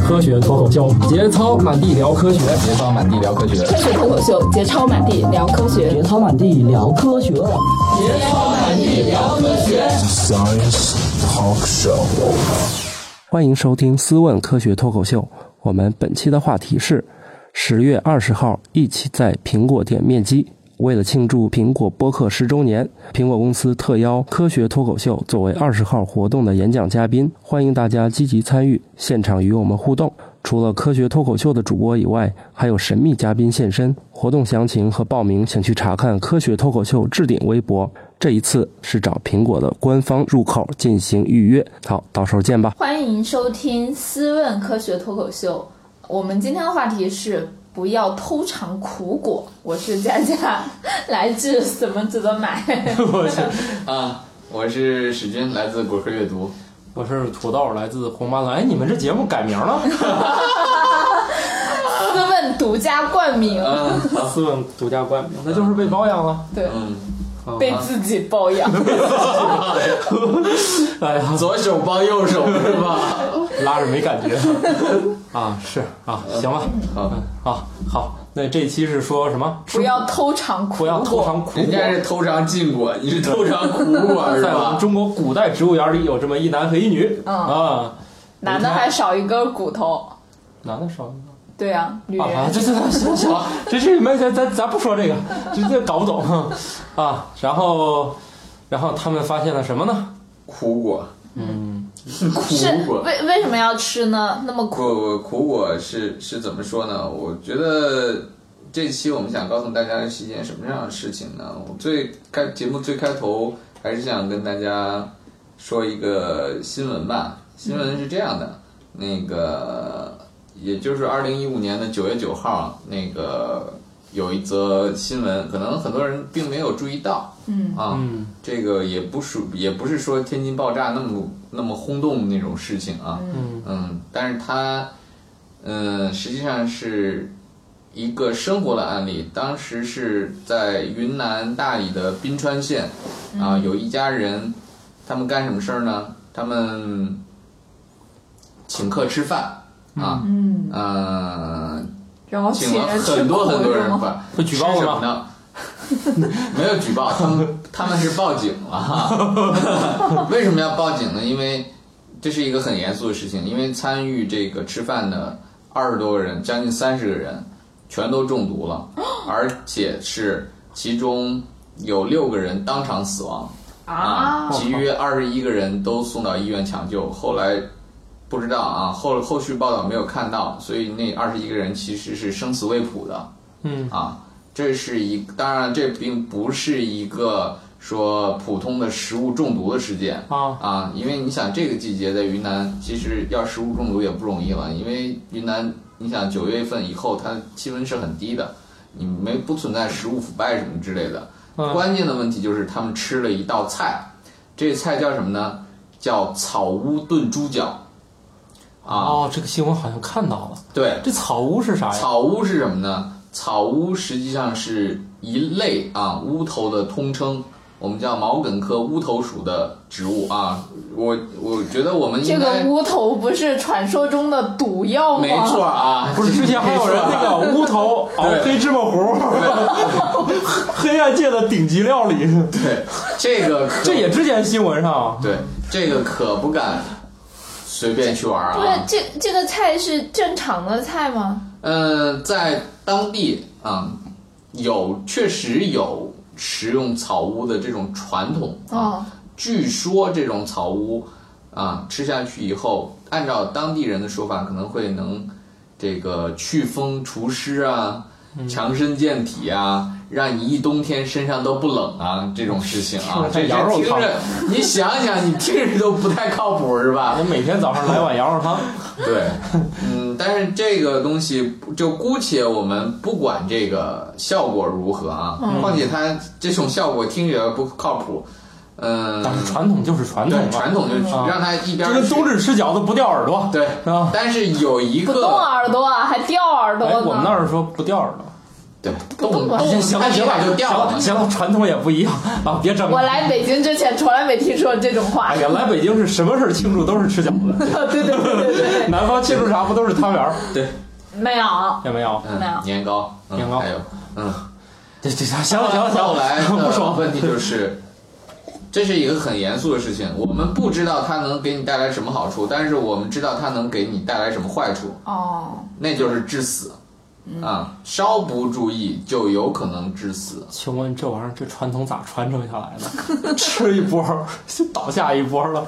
科学脱口秀，节操满地聊科学，节操满地聊科学，科学脱口秀，节操满地聊科学，节操满地聊科学，节操满地聊科学。Science Talk Show，欢迎收听《思问科学脱口秀》。我们本期的话题是十月二十号一起在苹果店面基。为了庆祝苹果播客十周年，苹果公司特邀科学脱口秀作为二十号活动的演讲嘉宾，欢迎大家积极参与，现场与我们互动。除了科学脱口秀的主播以外，还有神秘嘉宾现身。活动详情和报名，请去查看科学脱口秀置顶微博。这一次是找苹果的官方入口进行预约。好，到时候见吧。欢迎收听《思问科学脱口秀》，我们今天的话题是。不要偷尝苦果。我是佳佳，来自什么值得买？我是啊，我是史军，来自果壳阅读。我是土豆，来自红斑狼。哎，你们这节目改名了？ 思问独家冠名。思问独家冠名，那就是被包养了。对，嗯、被自己包养。 哎呀，左手帮右手是吧？ 拉着没感 觉啊，是啊，行吧，好、嗯，好，好，那这期是说什么？不要偷尝苦，不要偷尝苦，人家是偷尝禁果，你是偷尝苦果 是吧？在我们中国古代植物园里有这么一男和一女、嗯、啊，男的还少一根骨头，男的少一个。对呀、啊，女人啊，这这这行行，这这没咱咱咱不说这个，这这搞不懂啊。然后，然后他们发现了什么呢？苦果，嗯。苦果为为什么要吃呢？那么苦苦果是是怎么说呢？我觉得这期我们想告诉大家是一件什么样的事情呢？我最开节目最开头还是想跟大家说一个新闻吧。新闻是这样的，嗯、那个也就是二零一五年的九月九号，那个有一则新闻，可能很多人并没有注意到。嗯啊，嗯这个也不属，也不是说天津爆炸那么那么轰动那种事情啊。嗯嗯，但是它，嗯，实际上是一个生活的案例。当时是在云南大理的宾川县啊，嗯有一家人，他们干什么事儿呢？他们请客吃饭啊，嗯，呃，然后请了很多很多人饭，会举报什么呢？ 没有举报，他们他们是报警 了。为什么要报警呢？因为这是一个很严肃的事情，因为参与这个吃饭的二十多个人，将近三十个人，全都中 毒了，而且是其中有六个人当场死亡啊，其余二十一个人都送到医院抢救。后来不知道啊，后后续报道没有看到，所以那二十一个人其实是生死未卜的。嗯啊。这是一，当然这并不是一个说普通的食物中毒的事件啊啊，因为你想这个季节在云南，其实要食物中毒也不容易了，因为云南你想九月份以后它气温是很低的，你没不存在食物腐败什么之类的。嗯、关键的问题就是他们吃了一道菜，这菜叫什么呢？叫草乌炖猪脚。啊，哦，这个新闻好像看到了。对，这草乌是啥呀？草乌是什么呢？草乌实际上是一类啊乌头的通称，我们叫毛茛科乌头属的植物啊。我我觉得我们这个乌头不是传说中的毒药吗？没错啊，不是之前还有人那个乌头熬黑芝麻糊，黑暗界的顶级料理。 对，这个 这也之前新闻上。对，这个可不敢随便去玩啊。不是这这个菜是正常的菜吗？嗯、呃，在。当地啊、嗯，有确实有食用草乌的这种传统啊。哦、据说这种草乌啊，吃下去以后，按照当地人的说法，可能会能这个祛风除湿啊，嗯强身健体啊，让你一冬天身上都不冷啊，这种事情 啊。这羊肉汤，你想想，你听着都不太靠谱是吧？ 我每天早上来碗羊肉汤。对，嗯，但是这个东西就姑且我们不管这个效果如何啊，嗯况且它这种效果听起来不靠谱，嗯，但是传统就是传统，传统就让它一边就嗯跟冬至吃饺子不掉耳朵，对啊，但是有一个啊哎不动耳朵还掉耳朵，哎我们那儿说不掉耳朵，啊对，动吧动行行它了起行码了哦就掉了。行了，传统也不一样啊，别整了。我来北京之前从来没听说这种话哎。呀，来北京是什么事儿庆祝都是吃饺子， 对对对对对，南方庆祝啥不都是汤圆儿？对，没有。有没有？嗯没有，年糕，嗯年糕还有，嗯，这这 行了行了行后来了，不的说了。问题 就是，这是一个很严肃的事情。我们不知道它能给你带来什么好处，但是我们知道它能给你带来什么坏处，哦，那就是致死。啊，稍不注意就有可能致死。请问这玩意儿这传统咋传承下来的？ 吃一波儿就倒下一波儿了。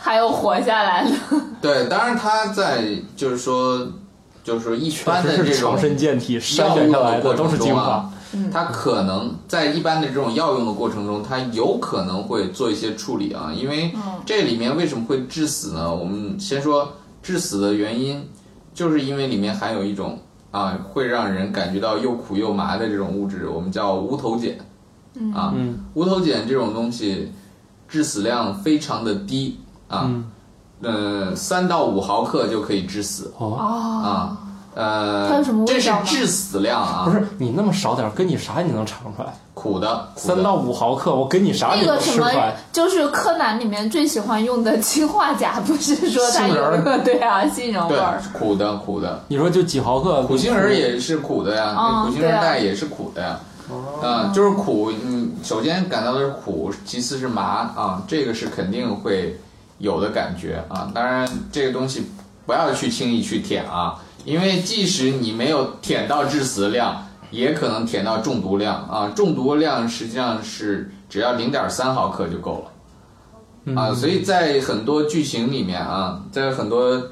还有活下来的，对，当然它在就是说，就是说一确般的实这是种强身健体，筛药选用下来的过的都是程精中华啊。，嗯它可能在一般的这种药用的过程中，它有可能会做一些处理啊，因为嗯这里面为什么会致死呢？我们先说致死的原因，就是因为里面含有一种啊会让人感觉到又苦又麻的这种物质，我们叫无头碱啊，嗯无头碱这种东西致死量非常的低啊，嗯，呃，三到五毫克就可以致死哦，啊。呃，它有什么味这是道吗致死量啊，不是你那么少点儿，跟你啥你能尝出来？苦的，苦的三到五毫克，我跟你啥那你能个吃什出么来？，就是柯南里面最喜欢用的氰化钾，不是说它杏仁有儿对啊，杏仁味对儿。，苦的苦的，你说就几毫克，苦杏仁儿也是苦的呀，那嗯苦杏仁对啊儿哦带也是苦的呀。啊、就是苦，你首先感到的是苦，其次是麻啊，这个是肯定会有的感觉啊。当然，这个东西不要去轻易去舔啊，因为即使你没有舔到致死的量，也可能舔到中毒量啊。中毒量实际上是只要零点三毫克就够了。啊，所以在很多剧情里面啊，在很多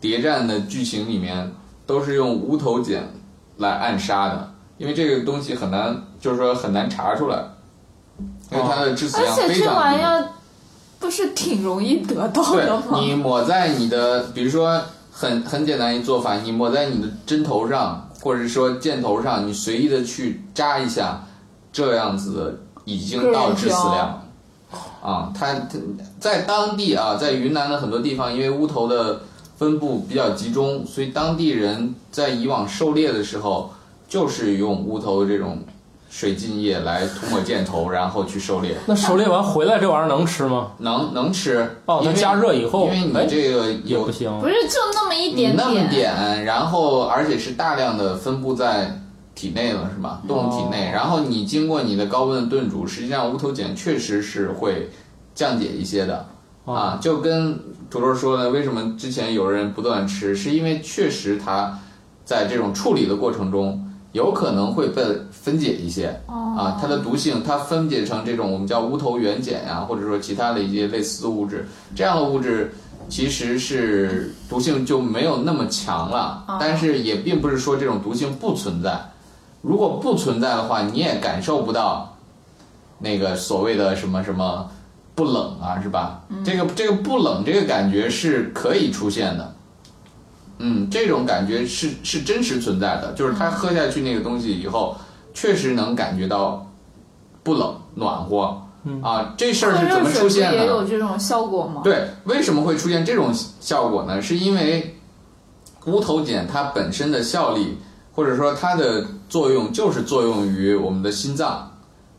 谍战的剧情里面，都是用无头碱来暗杀的，因为这个东西很难，就是说很难查出来，因为它的致死而量且非这常玩低意。儿不是挺容易得到对的吗？你抹在你的，比如说很很简单一做法，你抹在你的针头上，或者说箭头上，你随意的去扎一下，这样子的已经到致死量。啊，它它在当地啊，在云南的很多地方，因为乌头的分布比较集中，所以当地人在以往狩猎的时候，就是用乌头这种水浸液来涂抹箭头，然后去狩猎。那狩猎完回来这玩意儿能吃吗？能能吃哦它因为加热以后因为你哎这个也有不行，不是就那么一你点嗯那么点，然后而且是大量的分布在体内了，是吧？动物体哦内，然后你经过你的高温的炖煮，实际上无头碱确实是会降解一些的、啊。就跟土豆说的，为什么之前有人不断吃，是因为确实它在这种处理的过程中。有可能会被分解一些、啊，它的毒性它分解成这种我们叫无头原碱呀、或者说其他的一些类似的物质，这样的物质其实是毒性就没有那么强了，但是也并不是说这种毒性不存在。如果不存在的话，你也感受不到那个所谓的什么什么不冷啊，是吧？嗯这个这个不冷这个感觉是可以出现的。嗯，这种感觉是是真实存在的，就是他喝下去那个东西以嗯后，确实能感觉到不冷暖和。啊，这事儿喝是怎嗯热么水出不现的？也有这种效果吗？对，为什么会出现这种效果呢？是因为无头碱它本身的效力，或者说它的作用，就是作用于我们的心脏，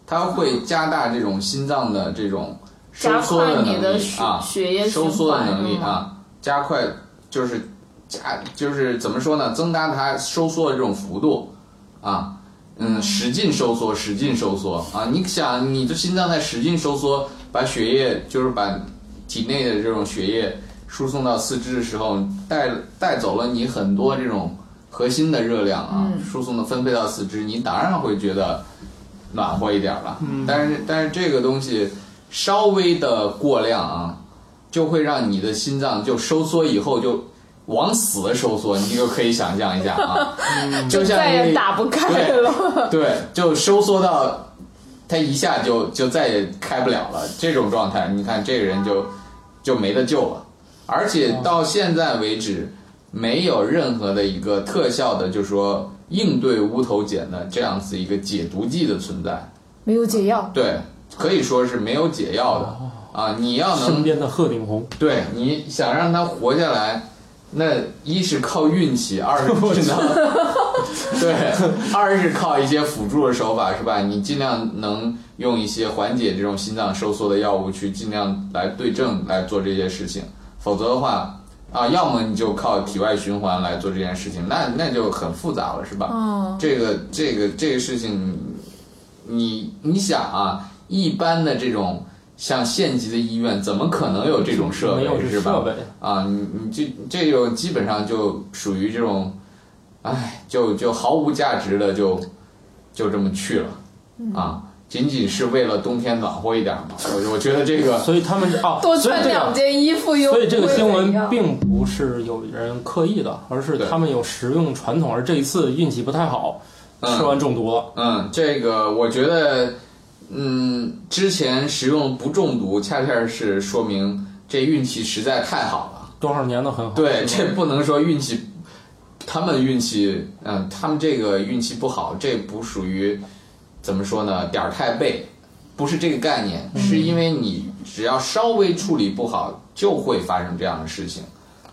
它会加大这种心脏的这种收加缩快的你能的力血啊，血液循收环嗯缩的能力是吗啊，加快就是加就是怎么说呢？增大它收缩的这种幅度啊。嗯，使劲收缩，使劲收缩啊！你想，你的心脏在使劲收缩，把血液就是把体内的这种血液输送到四肢的时候，带带走了你很多这种核心的热量啊，嗯输送的分配到四肢，你当然会觉得暖和一点了。但是但是这个东西稍微的过量啊，就会让你的心脏就收缩，以后就往死的收缩，你就可以想象一下啊，就像再也那打不开了。对，就收缩到他一下就就再也开不了了，这种状态，你看这个人就就没得救了。而且到现在为止，没有任何的一个特效的，就是说应对无头碱的这样子一个解毒剂的存在。没有解药，对，可以说是没有解药的啊！你要身能边的鹤顶红，对你想让他活下来，那一是靠运气，二是呢，对，二是靠一些辅助的手法，是吧？你尽量能用一些缓解这种心脏收缩的药物去尽量来对症来做这些事情，否则的话啊，要么你就靠体外循环来做这件事情，那那就很复杂了，是吧？嗯，这个这个这个事情，你你想啊，一般的这种像县级的医院，怎么可能有这种设没备有这是吧？设备，啊，你你这这种基本上就属于这种，哎，就就毫无价值的就就这么去了，啊，仅仅是为了冬天暖和一点嘛。我我觉得这个所以他们哦，多所以穿这两个，件衣服又所以这不个会新怎闻样并不是有人刻意的，而是对他们有食用传统，而这一次运气不太好，嗯吃完中毒了。嗯，这个我觉得，嗯，之前食用不中毒，恰恰是说明这运气实在太好了。多少年都很好，对，是吧这不能说运气，他们运气，嗯，他们这个运气不好，这不属于怎么说呢？点儿太背，不是这个概念，是因为你只要稍微处理不好，就会发生这样的事情。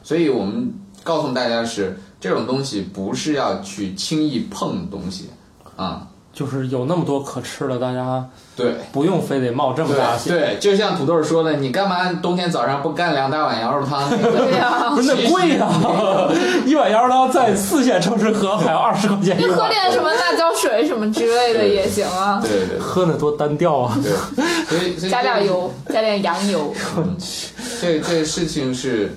所以我们告诉大家的是，这种东西不是要去轻易碰的东西，啊、就是有那么多可吃的，大家对。不用非得冒这么大对险。对，就像土豆说的，你干嘛冬天早上不干两大碗羊肉汤？对啊呀 不，是那贵呀、 一碗羊肉汤在四线城市喝还要二十块钱一你喝碗，点什么辣椒水什么之类的也行啊，对对对喝那多单调啊！对，所以所以加这个点油，加点羊油。 这这事情是，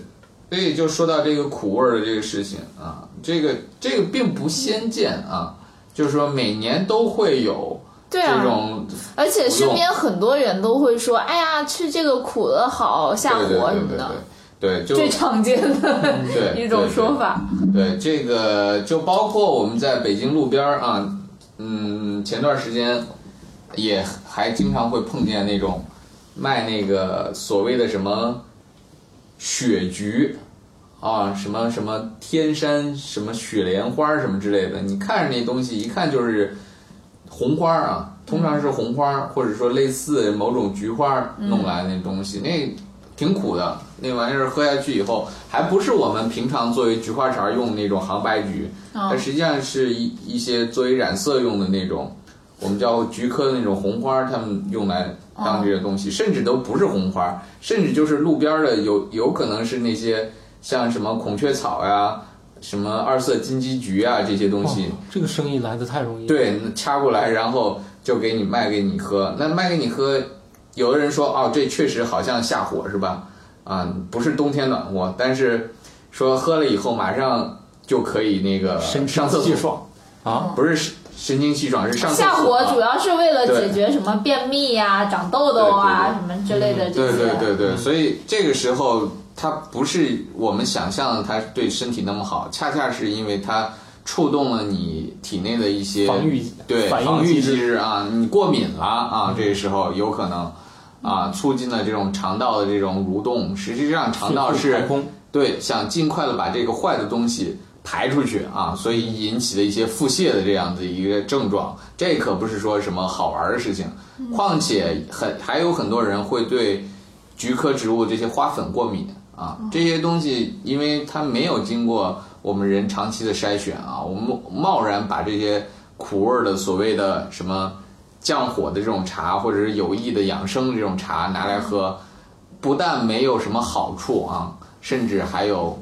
所以就说到这个苦味儿的这个事情啊，这个这个并不鲜见啊，就是说每年都会有对这啊，种，而且身边很多人都会说：“哎呀，吃这个苦的好下对对火什对么对的。对，对就最常见的对一种说。法。对对这个就包括我们在北京路边儿啊，嗯，前段时间也还经常会碰见那种卖那个所谓的什么雪菊啊，什么什么天山什么雪莲花儿什么之类的，你看着那东西一看就是红花儿啊，通常是红花儿或者说类似某种菊花儿弄来的那东西，那挺苦的，那玩意儿喝下去以后，还不是我们平常作为菊花茶儿用的那种杭白菊，哦它实际上是一一些作为染色用的那种，我们叫菊科的那种红花儿，他们用来当这些东西，甚至都不是红花儿，甚至就是路边儿的有有可能是那些像什么孔雀草呀、什么二色金鸡菊啊这些东西，哇这个生意来的太容易了。对，掐过来，然后就给你卖给你喝。那卖给你喝，有的人说哦，这确实好像下火是吧？啊、不是冬天暖和，但是说喝了以后马上就可以那个神上清厕气所，爽啊！不是神神清气爽，是上厕所下火主要是为了对解决什么便秘呀、长痘痘啊对什么之类的这对些。对对对，所以这个时候它不是我们想象的它对身体那么好，恰恰是因为它触动了你体内的一些防御嗯对反防应御机机制，制啊，你过敏了啊，这个时候有可能啊，促进了这种肠道的这种蠕动。实际上，肠道迅速排是空对想尽快的把这个坏的东西排出去啊，所以引起的一些腹泻的这样的一个症状，这可不是说什么好玩的事情。况且很还有很多人会对菊科植物这些花粉过敏啊，嗯这些东西因为它没有经过我们人长期的筛选啊，我们贸然把这些苦味儿的所谓的什么降火的这种茶，或者是有益的养生这种茶拿来喝，不但没有什么好处啊，甚至还有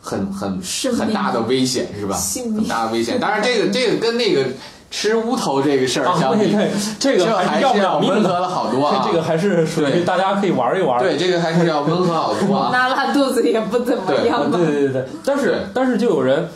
很很生很命大的危险是吧？性命很大的危险。当然，这个这个跟那个吃乌头这个事儿相啊对比，对，这个这还是还是要不要了命温和的。了好多啊。这个还是属于对大家可以玩一玩。对，这个还是要温和 好多啊。拉拉肚子也不怎么样吧对。对对对，但是对但是就有人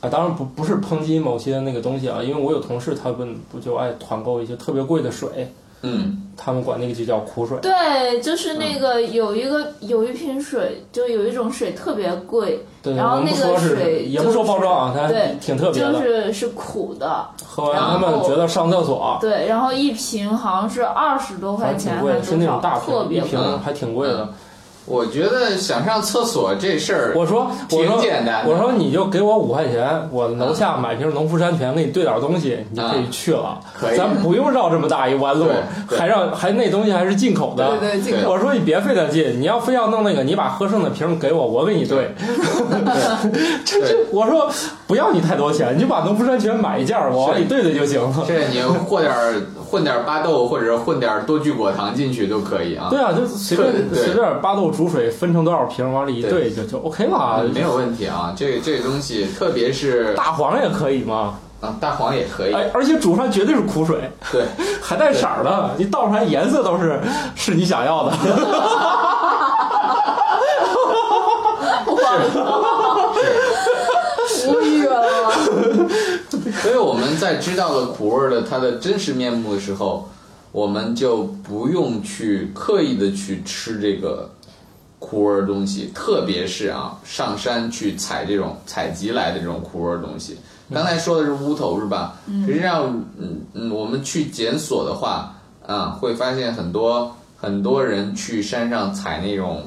啊，当然不不是抨击某些那个东西啊，因为我有同事他们不就爱团购一些特别贵的水，嗯，他们管那个就叫苦水。对，就是那个有一个有一瓶水，就有一种水特别贵，对，然后我们那不个说是水也不就说是包装啊，它对挺特别就的。是是苦的。喝完然他们后觉得上厕所对，然后一瓶好像是二十多块还钱，挺还贵的，多是那少，种大特瓶，别一贵。瓶还挺贵的。我觉得想上厕所这事儿，我说，我说挺简单的我说你就给我五块钱，我楼下买瓶农夫山泉，给你兑点东西，你就可以去了。啊可以咱不用绕这么大一弯路，对对还让还那东西还是进口的。对对进口我说你别费那劲，你要非要弄那个，你把喝剩的瓶儿给我，我给你兑。 这这，我说不要你太多钱，你就把农夫山泉买一件儿，我往里兑兑就行了。这你和点儿混点儿巴豆或者混点儿多聚果糖进去都可以啊。 对啊，就随便对对随便八豆煮水分成多少瓶儿，往里一对兑就就 OK 了。没有问题啊，这个这个东西，特别是大黄也可以嘛，啊大黄也可以，哎，而且煮出来绝对是苦水。对，还带色儿的，你倒出来颜色都是 是你想要的。无语哦了。 所以我们在知道了苦味儿的它的真实面目的时候，我们就不用去刻意的去吃这个苦味儿的东西，特别是啊上山去采这种采集来的这种苦味儿的东西。刚才说的是乌头是吧？实际上，嗯嗯，我们去检索的话，啊、会发现很多很多人去山上采那种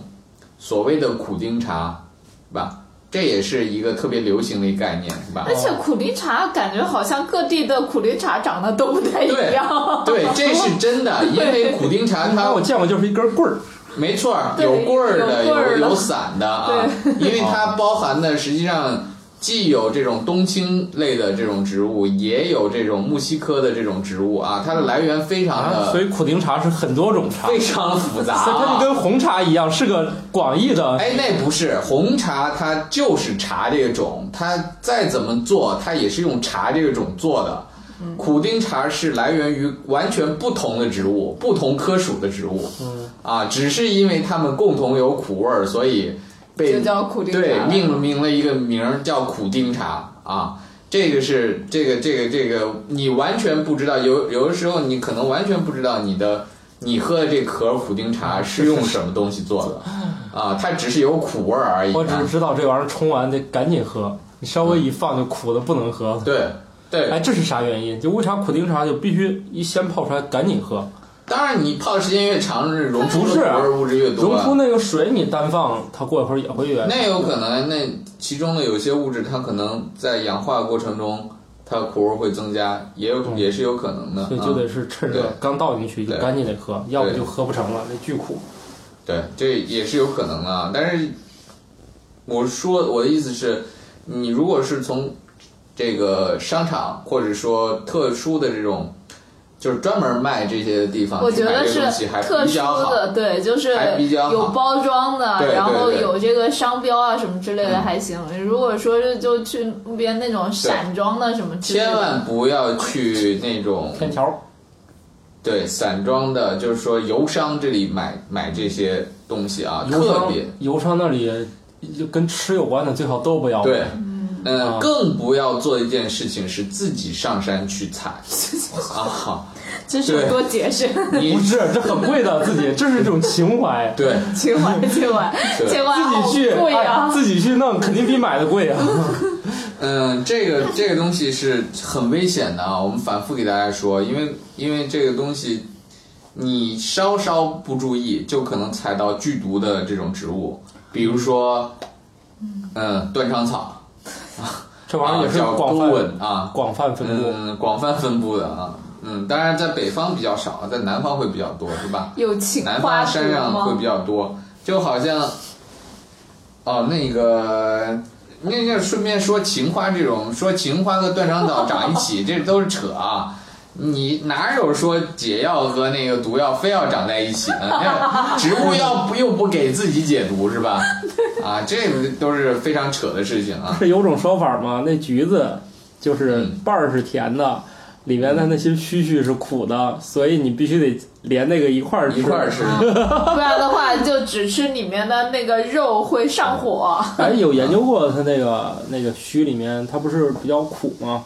所谓的苦丁茶，是吧？这也是一个特别流行的一个概念，是吧？而且苦力茶感觉好像各地的苦力茶长得都不太一样。 对，这是真的，因为苦丁茶然它后我见过就是一根棍儿，没错儿，对有棍儿的，有棍儿有的有伞的啊，因为它包含的实际上既有这种冬青类的这种植物，也有这种墨西哥的这种植物啊，它的来源非常啊，的所以苦丁茶是很多种茶，所非以常复杂它就啊。跟红茶一样，是个广义的。哎，那不是红茶，它就是茶这个种，它再怎么做，它也是用茶这个种做的。嗯苦丁茶是来源于完全不同的植物，不同科属的植物。嗯啊，只是因为它们共同有苦味儿，所以被 就叫苦丁茶对了命名了一个名儿叫苦丁茶啊。这个是这个这个这个，你完全不知道，有有的时候你可能完全不知道你的你喝的这壳苦丁茶是用什么东西做的。 啊，它只是有苦味儿而已、啊。我只知道这玩意儿冲完得赶紧喝，你稍微一放就苦的不能喝了。对哎，对，这是啥原因？就为啥苦丁茶就必须一先泡出来赶紧喝，当然你泡的时间越长，这溶出不的是苦味儿物质越多溶出啊。那个水你单放，它过一会儿也会越那有可能，那其中的有些物质，它可能在氧化过程中，它苦味儿会增加，也有、也是有可能的。所以就啊得是趁对热刚倒进去就对赶紧得喝，要不对就喝不成了，那巨苦。对，这也是有可能的啊。但是我说我的意思是，你如果是从这个商场或者说特殊的这种，就是专门卖这些的地方，我觉得去是买啊这个东西还特比殊较好。的，对，就是还比较好有包装的，对对然后对嗯有这个商标啊什么之类的还行。如果说是就去路边那种散装的什么之类的，千万不要去那种 天桥对散装的，就是说油商这里买买这些东西啊，油特商别油商那里就跟吃有关的最好都不要。对，。啊嗯，更不要做一件事情是自己上山 去采啊！这是多解释，你。不是，这很贵的，自己这是一种情怀对 千万千万对千万好自己去，贵哎啊，！自己去弄，肯定比买的贵 啊。嗯，这个这个东西是很危险的啊，我们反复给大家说，因为因为这个东西，你稍稍不注意，就可能采到剧毒的这种植物，比如说，嗯，断肠草，这玩意儿也是啊叫广勾吻泛啊，广泛分布。嗯，广泛分布的啊，嗯，当然在北方比较少，在南方会比较多，是吧？有情南花方毒山上会吗比？较多，就好像，哦，那个，那那顺便说情花这种，说情花和断肠草长一起，这都是扯啊。你哪有说解药和那个毒药非要长在一起呢？那植物药不又不给自己解毒是吧？啊，这个都是非常扯的事情啊。是有种说法吗？那橘子就是嗯瓣儿是甜的，里面的那些须须是苦的，所以你必须得连那个一块儿吃一块儿。吃，啊 不然的话就只吃里面的那个肉会上火。啊哎，有研究过它那个那个须里面，它不是比较苦吗？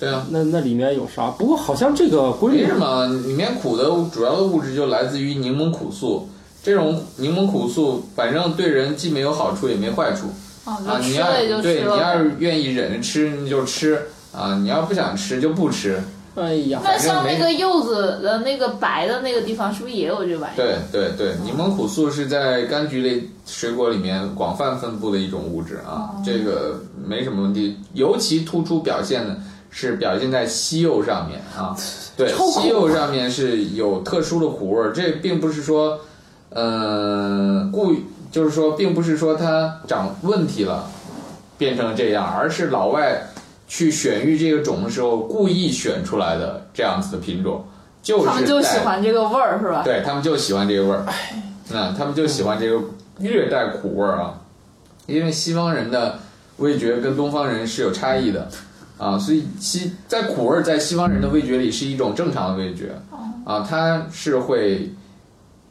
对啊，那那里面有啥？不过好像这个规为律什么里面苦的主要的物质就来自于柠檬苦素，这种柠檬苦素反正对人既没有好处也没坏处啊啊。你吃要了也就吃对你要了。是愿意忍着吃你就吃啊，你要不想吃就不吃哎呀，那像没那个柚子的那个白的那个地方，是不是也有这玩意儿？对对对，柠檬苦素是在柑橘类水果里面广泛分布的一种物质哦啊，这个没什么问题。尤其突出表现的是表现在西柚上面啊，对，西柚上面是有特殊的苦味儿，这并不是说，呃，故意就是说，并不是说它长问题了变成这样，而是老外去选育这个种的时候故意选出来的这样子的品种。就是他们就喜带欢这个味儿，是吧？ 对他们就喜欢这个味儿，那、他们就喜欢这个略带苦味儿啊，因为西方人的味觉跟东方人是有差异的啊，所以西在苦味儿在西方人的味觉里是一种正常的味觉啊，它是会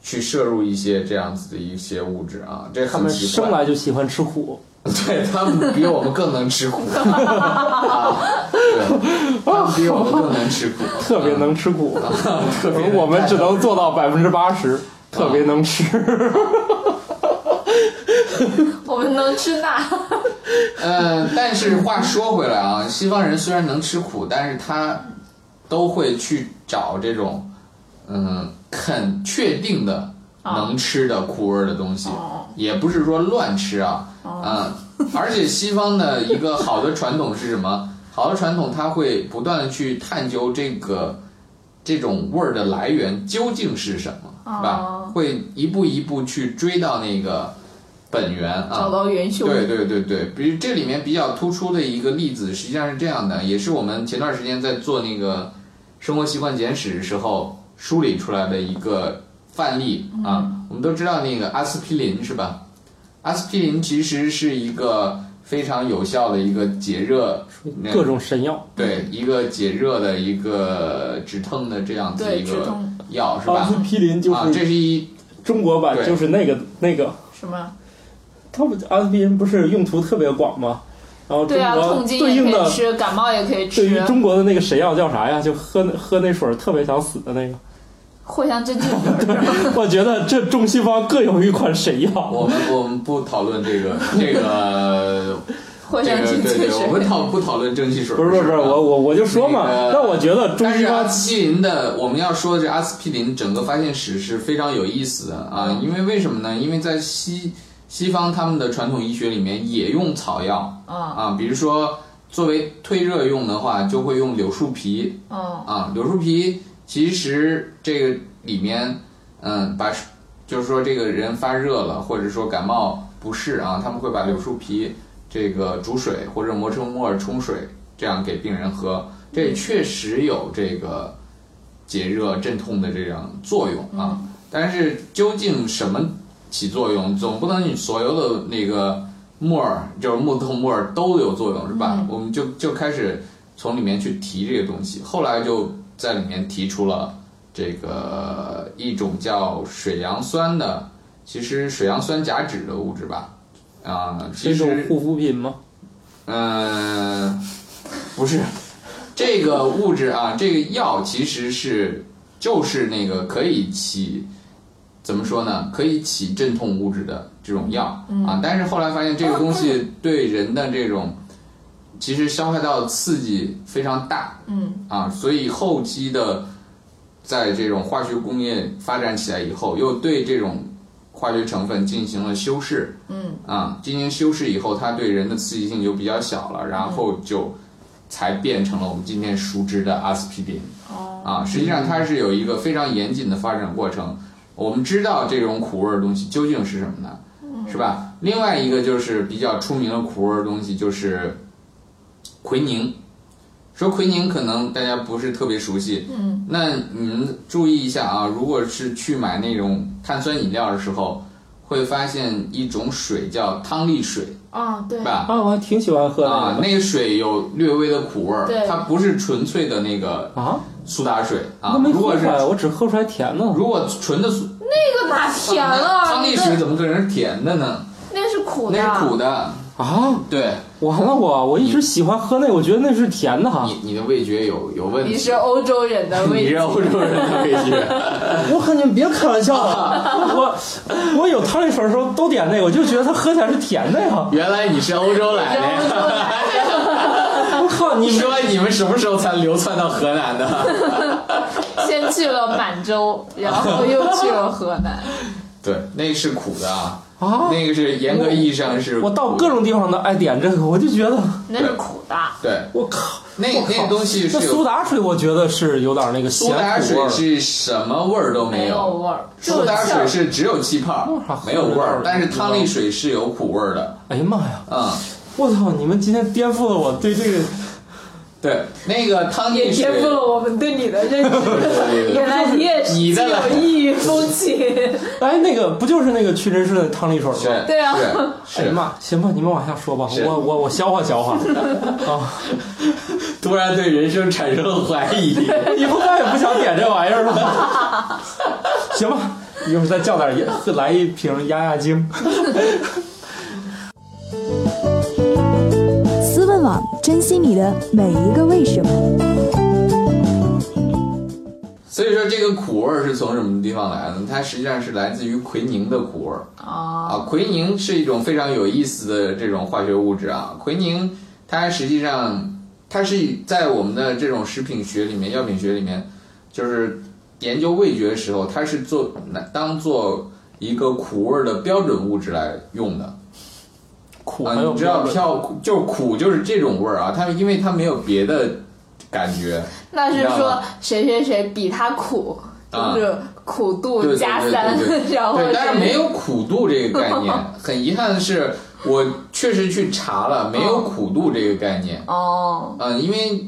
去摄入一些这样子的一些物质啊，这他很们奇怪生。来就喜欢吃苦，对他们比我们更能吃苦，啊、对，他们比我们更能吃苦， 特别能吃苦， 特别能啊我们只能做到百分之八十，特别能吃。我们能吃 辣，啊呃，但是话说回来啊，西方人虽然能吃苦，但是他都会去找这种，嗯，肯确定的能吃的苦味儿的东西，也不是说乱吃啊，嗯，而且西方的一个好的传统是什么？好的传统，他会不断的去探究这个这种味儿的来源究竟是什么，是吧哦？会一步一步去追到那个本源啊，找到元凶。对对对对，比如这里面比较突出的一个例子，实际上是这样的，也是我们前段时间在做那个《生活习惯简史》时候梳理出来的一个范例嗯啊。我们都知道那个阿司匹林是吧？阿司匹林其实是一个非常有效的一个解热那各种神药，对一个解热的一个止痛的这样子对一止个痛药是阿吧司？匹林就啊，这是是一中国版，对就是那个那个，什么？它不阿司匹林不是用途特别广吗？然后中对啊，国痛经对应也可的以吃，感冒也可以对于吃，中国的那个神药叫啥呀？就喝那喝那水儿特别想死的 那个。藿香正气水是吧？我觉得这中西方各有一款神药。我们我们不讨论这个这藿香正个这个 对气对，我们水。讨不讨论蒸汽水？不是不是不是，我。我我就说嘛，那个但我觉得中但西是啊阿方司匹林的，我们要说的是阿司匹林整个发现史是非常有意思的啊，因为为什么呢？因为在西西方他们的传统医学里面也用草药嗯啊，比如说作为退热用的话，就会用柳树皮，嗯啊，柳树皮其实这个里面，嗯，把就是说这个人发热了，或者说感冒不适啊，他们会把柳树皮这个煮水或者磨成沫儿冲水，这样给病人喝，这确实有这个解热镇痛的这样作用啊。嗯但是究竟什么起作用，总不能你所有的那个沫儿就是木头沫儿都有作用是吧？嗯我们就就开始。从里面去提这个东西。后来就在里面提出了这个一种叫水杨酸的，其实水杨酸甲酯的物质吧，啊、是其一种实护肤品吗？嗯、不是这个物质啊，这个药其实是就是那个可以起。怎么说呢？可以起镇痛物质的这种药、啊，但是后来发现这个东西对人的这种，其实消化道刺激非常大，嗯，啊，所以后期的在这种化学工业发展起来以后，又对这种化学成分进行了修饰，嗯啊，进行修饰以后，它对人的刺激性就比较小了，然后就才变成了我们今天熟知的阿司匹林。哦，啊，实际上它是有一个非常严谨的发展过程。我们知道这种苦味儿的东西究竟是什么呢？嗯是吧？另外一个就是比较出名的苦味儿的东西就是奎宁。说奎宁可能大家不是特别熟悉，嗯，那你们注意一下啊，如果是去买那种碳酸饮料的时候，会发现一种水叫汤力水，啊，对是，吧？啊，我还挺喜欢喝啊那，个那个水有略微的苦味儿对，它不是纯粹的那个的啊，苏打水啊那。没如喝果出是来，我只喝出来甜的。如果纯的苏那个哪甜了？汤你力这水怎么可能是甜的呢？那是苦的，那是苦的。啊，对完了我我一直喜欢喝那，我觉得那是甜的哈你，你的味觉有有问题，你是欧洲人的味你是觉。欧洲人的味觉。 我看你们别开玩笑了，我我有汤力水的时候都点那个，我就觉得它喝起来是甜的呀。原来你是欧洲来欧的洲呀。来的我靠，道你说你们什么时候才流窜到河南的？ 先去了满洲，然后又去了河 南。对，那个是苦的啊，啊，那个是严格意义上是我到苦各种地方都爱点这个，我就觉得那是苦的，对我靠，那我靠那个东西是那有苏打水，我觉得是有点那个苏咸打苦味水儿。是什么味儿都没有有。味儿，哎就苏是打气水儿是只有气泡那啥，没有味儿味儿，但是汤力水是有苦味儿的。哎呀妈呀！嗯，我操！你们今天颠覆了我对这个，对，那个汤力也水颠覆了我们对你的认知。对对对原来你也是你在那有异域风情， 哎，那个不就是那个屈臣氏的汤力水吗？是，对啊是哎呀是，妈，行吧，你们往下说吧，是我我我消化消 化。啊，突然对人生产生了怀疑。以后再也不想点这玩意儿了。 行吧，一会儿再叫点儿，喝来一瓶压压惊。思问网，珍惜你的每一个为什么。所以说这个苦味儿是从什么地方来的呢？它实际上是来自于奎宁的苦味儿啊，啊。奎宁是一种非常有意思的这种化学物质啊。奎宁它实际上它是在我们的这种食品学里面、药品学里面，就是研究味觉的时候，它是做拿当做一个苦味儿的标准物质来用的。苦啊，还有你知标道准跳就是苦就是这种味儿啊，它因为它没有别的感觉，那是你知道说吗谁谁谁比他苦，啊就是苦度对对加对对三 对，然后对，但是是没有苦度这个概念。很遗憾的是，我确实去查了，没有苦度这个概念。哦，嗯、因为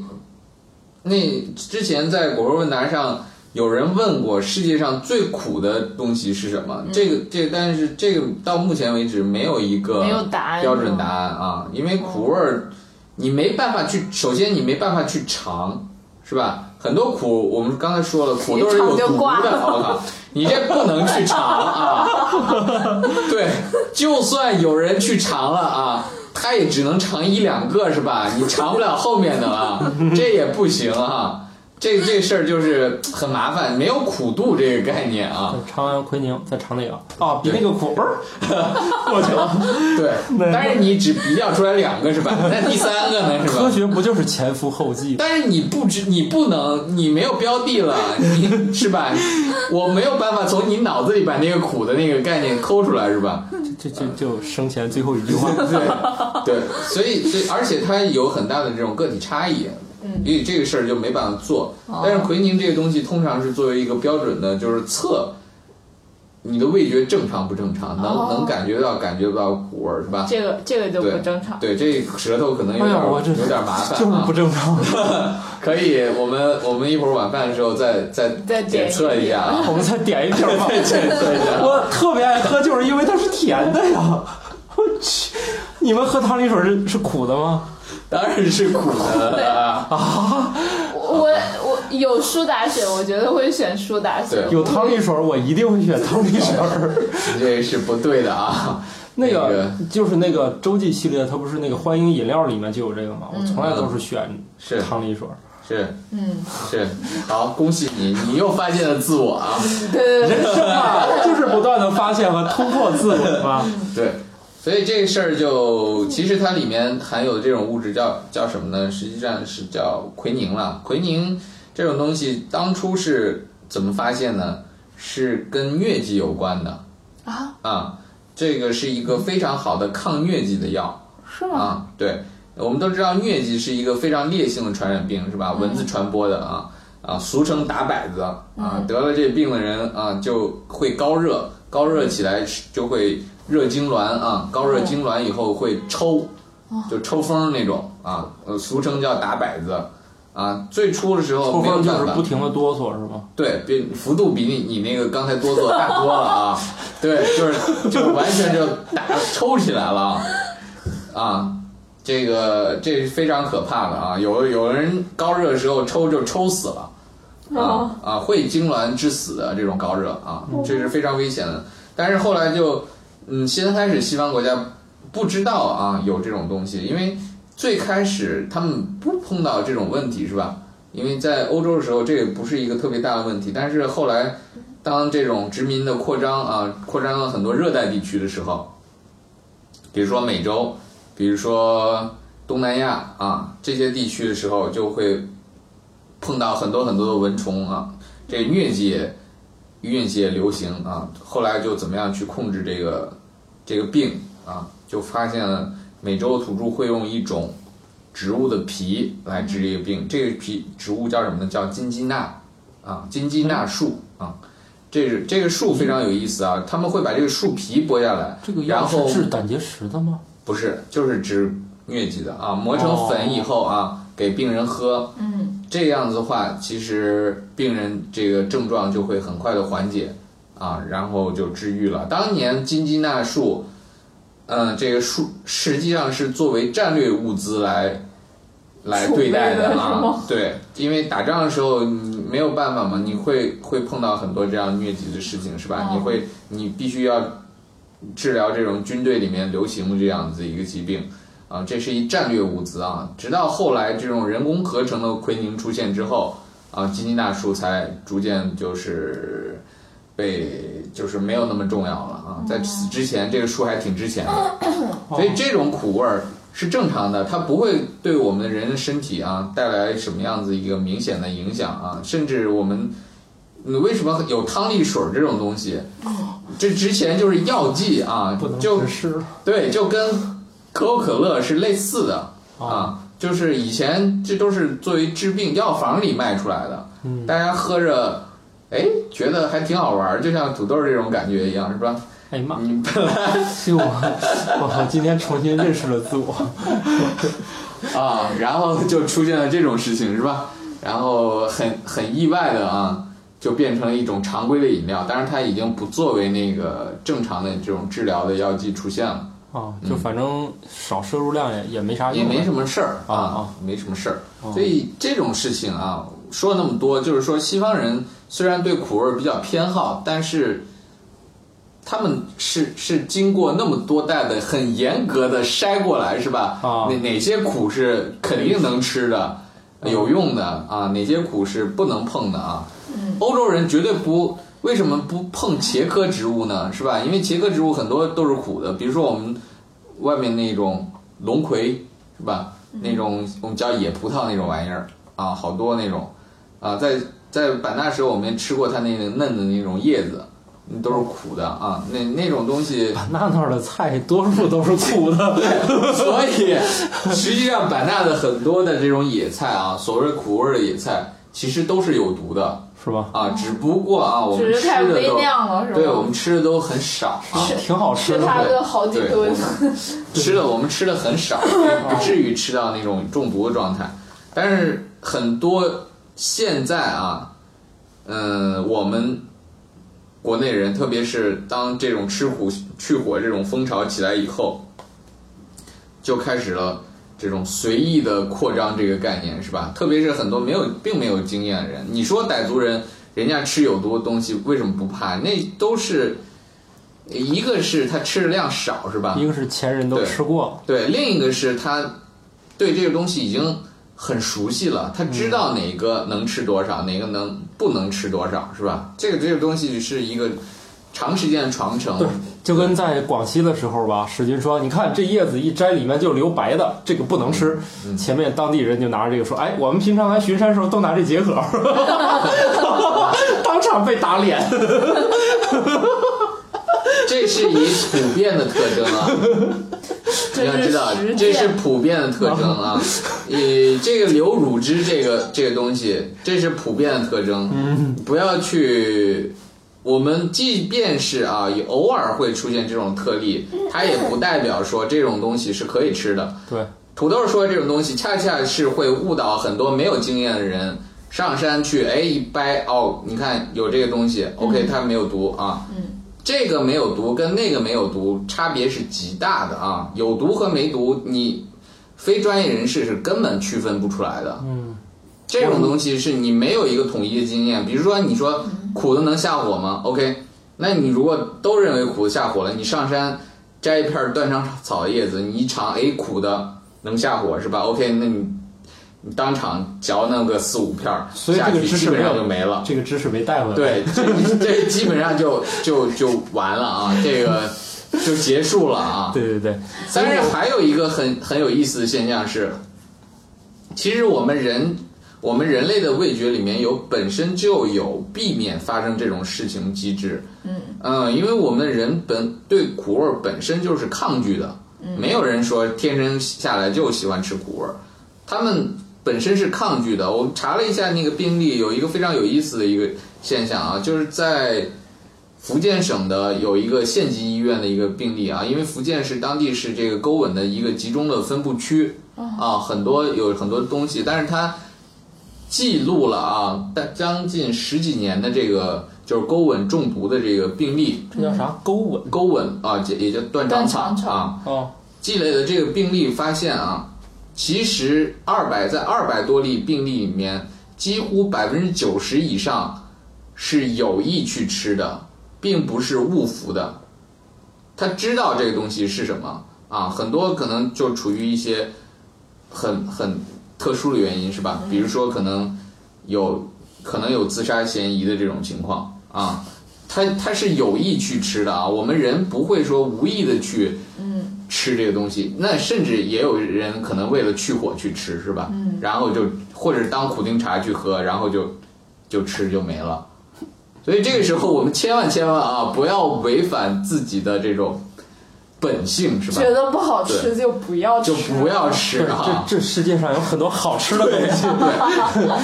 那之前在果肉问答上有人问过，世界上最苦的东西是什嗯么？这个这个，但是这个到目前为止没有一个没有答案标准答案啊，因为苦味儿你没办法去，首先你没办法去尝，是吧？很多苦，我们刚才说了，苦都是有一尝就毒的，挂了我靠，你这不能去尝啊！ 对，就算有人去尝了啊，他也只能尝一两个是吧？你尝不了后面的啊，这也不行啊。这这事儿就是很麻烦，没有苦度这个概念啊。尝完嗯奎宁，再尝那个啊，比那个苦味 儿过去了。对，但是你只比较出来两个是吧？那第三个 呢是吧科？学不就是前赴后继？但是你不知，你不能，你没有标的了，你是吧？我没有办法从你脑子里把那个苦的那个概念抠出来，是吧？这就就生前最后一句话。 对对，所以所以而且它有很大的这种个体差异，嗯，所以这个事儿就没办法做。哦但是奎宁这个东西通常是作为一个标准的，就是测你的味觉正常不正常，能、哦能感觉到感觉不到苦味儿，是吧？这个这个就不正常。对，这舌头可能有哎点、呀，我这有点麻 烦、啊，就是不正常。可以，我们我们一会儿晚饭的时候再再再点检一测一下啊， 我们再点一瓶吧。检测一下。我特别爱喝，就是因为它是甜的呀。我去，你们喝汤力水是是苦的吗？当然是苦的 啊，我我有苏打水，我觉得会选苏打水。对有汤力水，我一定会选汤力水。你这是不对的啊。 那那个个就是那个洲际系列，它不是那个欢迎饮料里面就有这个吗？我嗯从来都是选是汤力水。是嗯，是，好，恭喜你，你又发现了自我啊。对对对，是吧？ 就是不断的发现和突破自我嘛。对，所以这个事儿就其实它里面含有这种物质叫叫什么呢？实际上是叫奎宁了。奎宁这种东西当初是怎么发现呢？是跟疟疾有关的啊啊，这个是一个非常好的抗疟疾的药。是吗？啊，对，我们都知道疟疾是一个非常烈性的传染病，是吧？蚊子传播的啊啊，俗称打摆子啊，得了这病的人啊就会高热，高热起来是就会热痉挛啊，高热痉挛以后会抽，就抽风那种啊，呃，俗称叫打摆子。啊，最初的时候抽没有风就办是法不，停的哆嗦，是吗？对，比幅度比你你那个刚才哆嗦大多了啊！对，就是就完全就打抽起来了啊啊！这个这是非常可怕的啊！有有人高热的时候抽就抽死了啊啊，会痉挛致死的这种高热啊，这是非常危险的。但是后来就嗯，先开始西方国家不知道啊有这种东西，因为最开始他们不碰到这种问题是吧？因为在欧洲的时候，这也不是一个特别大的问题。但是后来，当这种殖民的扩张啊，扩张到很多热带地区的时候，比如说美洲，比如说东南亚啊这些地区的时候，就会碰到很多很多的蚊虫啊。这疟疾，疟疾也流行啊，后来就怎么样去控制这个这个病啊？就发现了美洲土著会用一种植物的皮来治这个病，这个皮植物叫什么呢？叫金鸡纳啊，金鸡纳树啊。这是这个树非常有意思啊，他们会把这个树皮剥下来，这个然药是后治胆结石的吗？不是就是治疟疾的哦啊，磨成粉以后啊，给病人喝，嗯，这样子的话，其实病人这个症状就会很快的缓解啊，然后就治愈了。当年金鸡纳树，嗯、这个树实际上是作为战略物资来来对待储备的是啊吗，对，因为打仗的时候你没有办法嘛，你会会碰到很多这样疟疾的事情是吧？嗯你会你必须要治疗这种军队里面流行的这样子一个疾病。啊，这是一战略物资啊。直到后来这种人工合成的奎宁出现之后，啊，金鸡纳树才逐渐就是被就是没有那么重要了啊。在此之前，这个树还挺值钱的，所以这种苦味儿是正常的，它不会对我们人的身体啊带来什么样子一个明显的影响啊。甚至我们，你为什么有汤力水儿这种东西？这之前就是药剂啊不能，就实施对，就跟可口可乐是类似的啊，啊，就是以前这都是作为治病药房里卖出来的，嗯，大家喝着，哎，觉得还挺好玩儿，就像土豆这种感觉一样，是吧？哎呀妈，你 就 我我今天重新认识了自我，啊，然后就出现了这种事情，是吧？然后很很意外的啊，就变成了一种常规的饮料，当然它已经不作为那个正常的这种治疗的药剂出现了。啊，就反正少摄入量也也没啥也用，没什么事儿啊啊，没什么事儿。哦所以这种事情啊，说了那么多，就是说西方人虽然对苦味儿比较偏好，但是他们是是经过那么多代的很严格的筛过来，是吧？啊哪哪些苦是肯定能吃的、有用的啊？哪些苦是不能碰的啊？欧洲人绝对不为什么不碰茄科植物呢？是吧？因为茄科植物很多都是苦的，比如说我们外面那种龙葵是吧？那种我们叫野葡萄那种玩意儿啊，好多那种啊，在在版纳时候我们也吃过它那个嫩的那种叶子，那都是苦的啊，那那种东西， 那那儿的菜多数都是苦的， 所以实际上版纳的很多的这种野菜啊，所谓苦味儿的野菜，其实都是有毒的是吧？啊，只不过啊，我嗯们只是吃太的微都量了，是吧？对我们吃的都很少啊，挺好 吃吃的，它个好几对吨， 吃的我们吃的很 少，也不至于吃到那种中毒的状态。但是很多现在啊，嗯、我们国内人，特别是当这种吃苦去火这种风潮起来以后，就开始了这种随意的扩张这个概念，是吧？特别是很多没有并没有经验的人，你说傣族人，人家吃有毒的东西为什么不怕？那都是。一个是他吃的量少是吧？一个是前人都对吃过了，对，另一个是他对这个东西已经很熟悉了，他知道哪个能吃多少，哪个能不能吃多少，是吧？这个这个东西是一个长时间的传承对，就跟在广西的时候吧，史军说：“你看这叶子一摘，里面就留白的，这个不能吃。嗯前面当地人就拿着这个说：“哎，我们平常来巡山时候都拿这解渴。” 当场被打脸。这是一普遍的特征啊。你要这知是道，实这是践。普遍的特征 啊。呃，这个流乳汁这个这个东西，这是普遍的特征。嗯，不要去。我们即便是啊，也偶尔会出现这种特例，它也不代表说这种东西是可以吃的。对，土豆说这种东西，恰恰是会误导很多没有经验的人上山去，哎，一掰哦，你看有这个东西，OK，它没有毒啊。嗯，这个没有毒跟那个没有毒差别是极大的啊，有毒和没毒，你非专业人士是根本区分不出来的。嗯，这种东西是你没有一个统一的经验，比如说你说苦的能下火吗？OK，那你如果都认为苦的下火了，你上山摘一片断肠草的叶子，你一尝，哎，苦的能下火是吧？OK，那你你当场嚼那个四五片儿， 所以这个下去知识基本上没有就没了。这个知识没带回来。对，这这基本上就就就完了啊！这个就结束了啊。对对对，但是还有一个很很有意思的现象是，其实我们人我们人类的味觉里面有本身就有避免发生这种事情机制。嗯因为我们人本对苦味儿本身就是抗拒的，没有人说天生下来就喜欢吃苦味儿，他们本身是抗拒的。我查了一下那个病例，有一个非常有意思的一个现象啊，就是在。福建省的有一个县级医院的一个病例啊，因为福建是当地是这个沟吻的一个集中的分布区哦啊，很多有很多东西，但是它记录了啊，但将近十几年的这个就是沟吻中毒的这个病例，这叫啥？勾吻沟吻啊，也也叫断肠断肠草啊，哦，积累的这个病例发现啊，其实二百在二百多例病例里面，几乎百分之九十以上是有意去吃的，并不是误服的。他知道这个东西是什么啊，很多可能就处于一些很很特殊的原因，是嗯吧？比如说可能有可能有自杀嫌疑的这种情况啊，他他是有意去吃的啊，我们人不会说无意的去。嗯吃这个东西，那甚至也有人可能为了去火去吃，是吧？嗯，然后就或者当苦丁茶去喝，然后就就吃就没了。所以这个时候我们千万千万啊，不要违反自己的这种本性，是吧？觉得不好吃就不要吃，就不要吃这啊！这世界上有很多好吃的东西。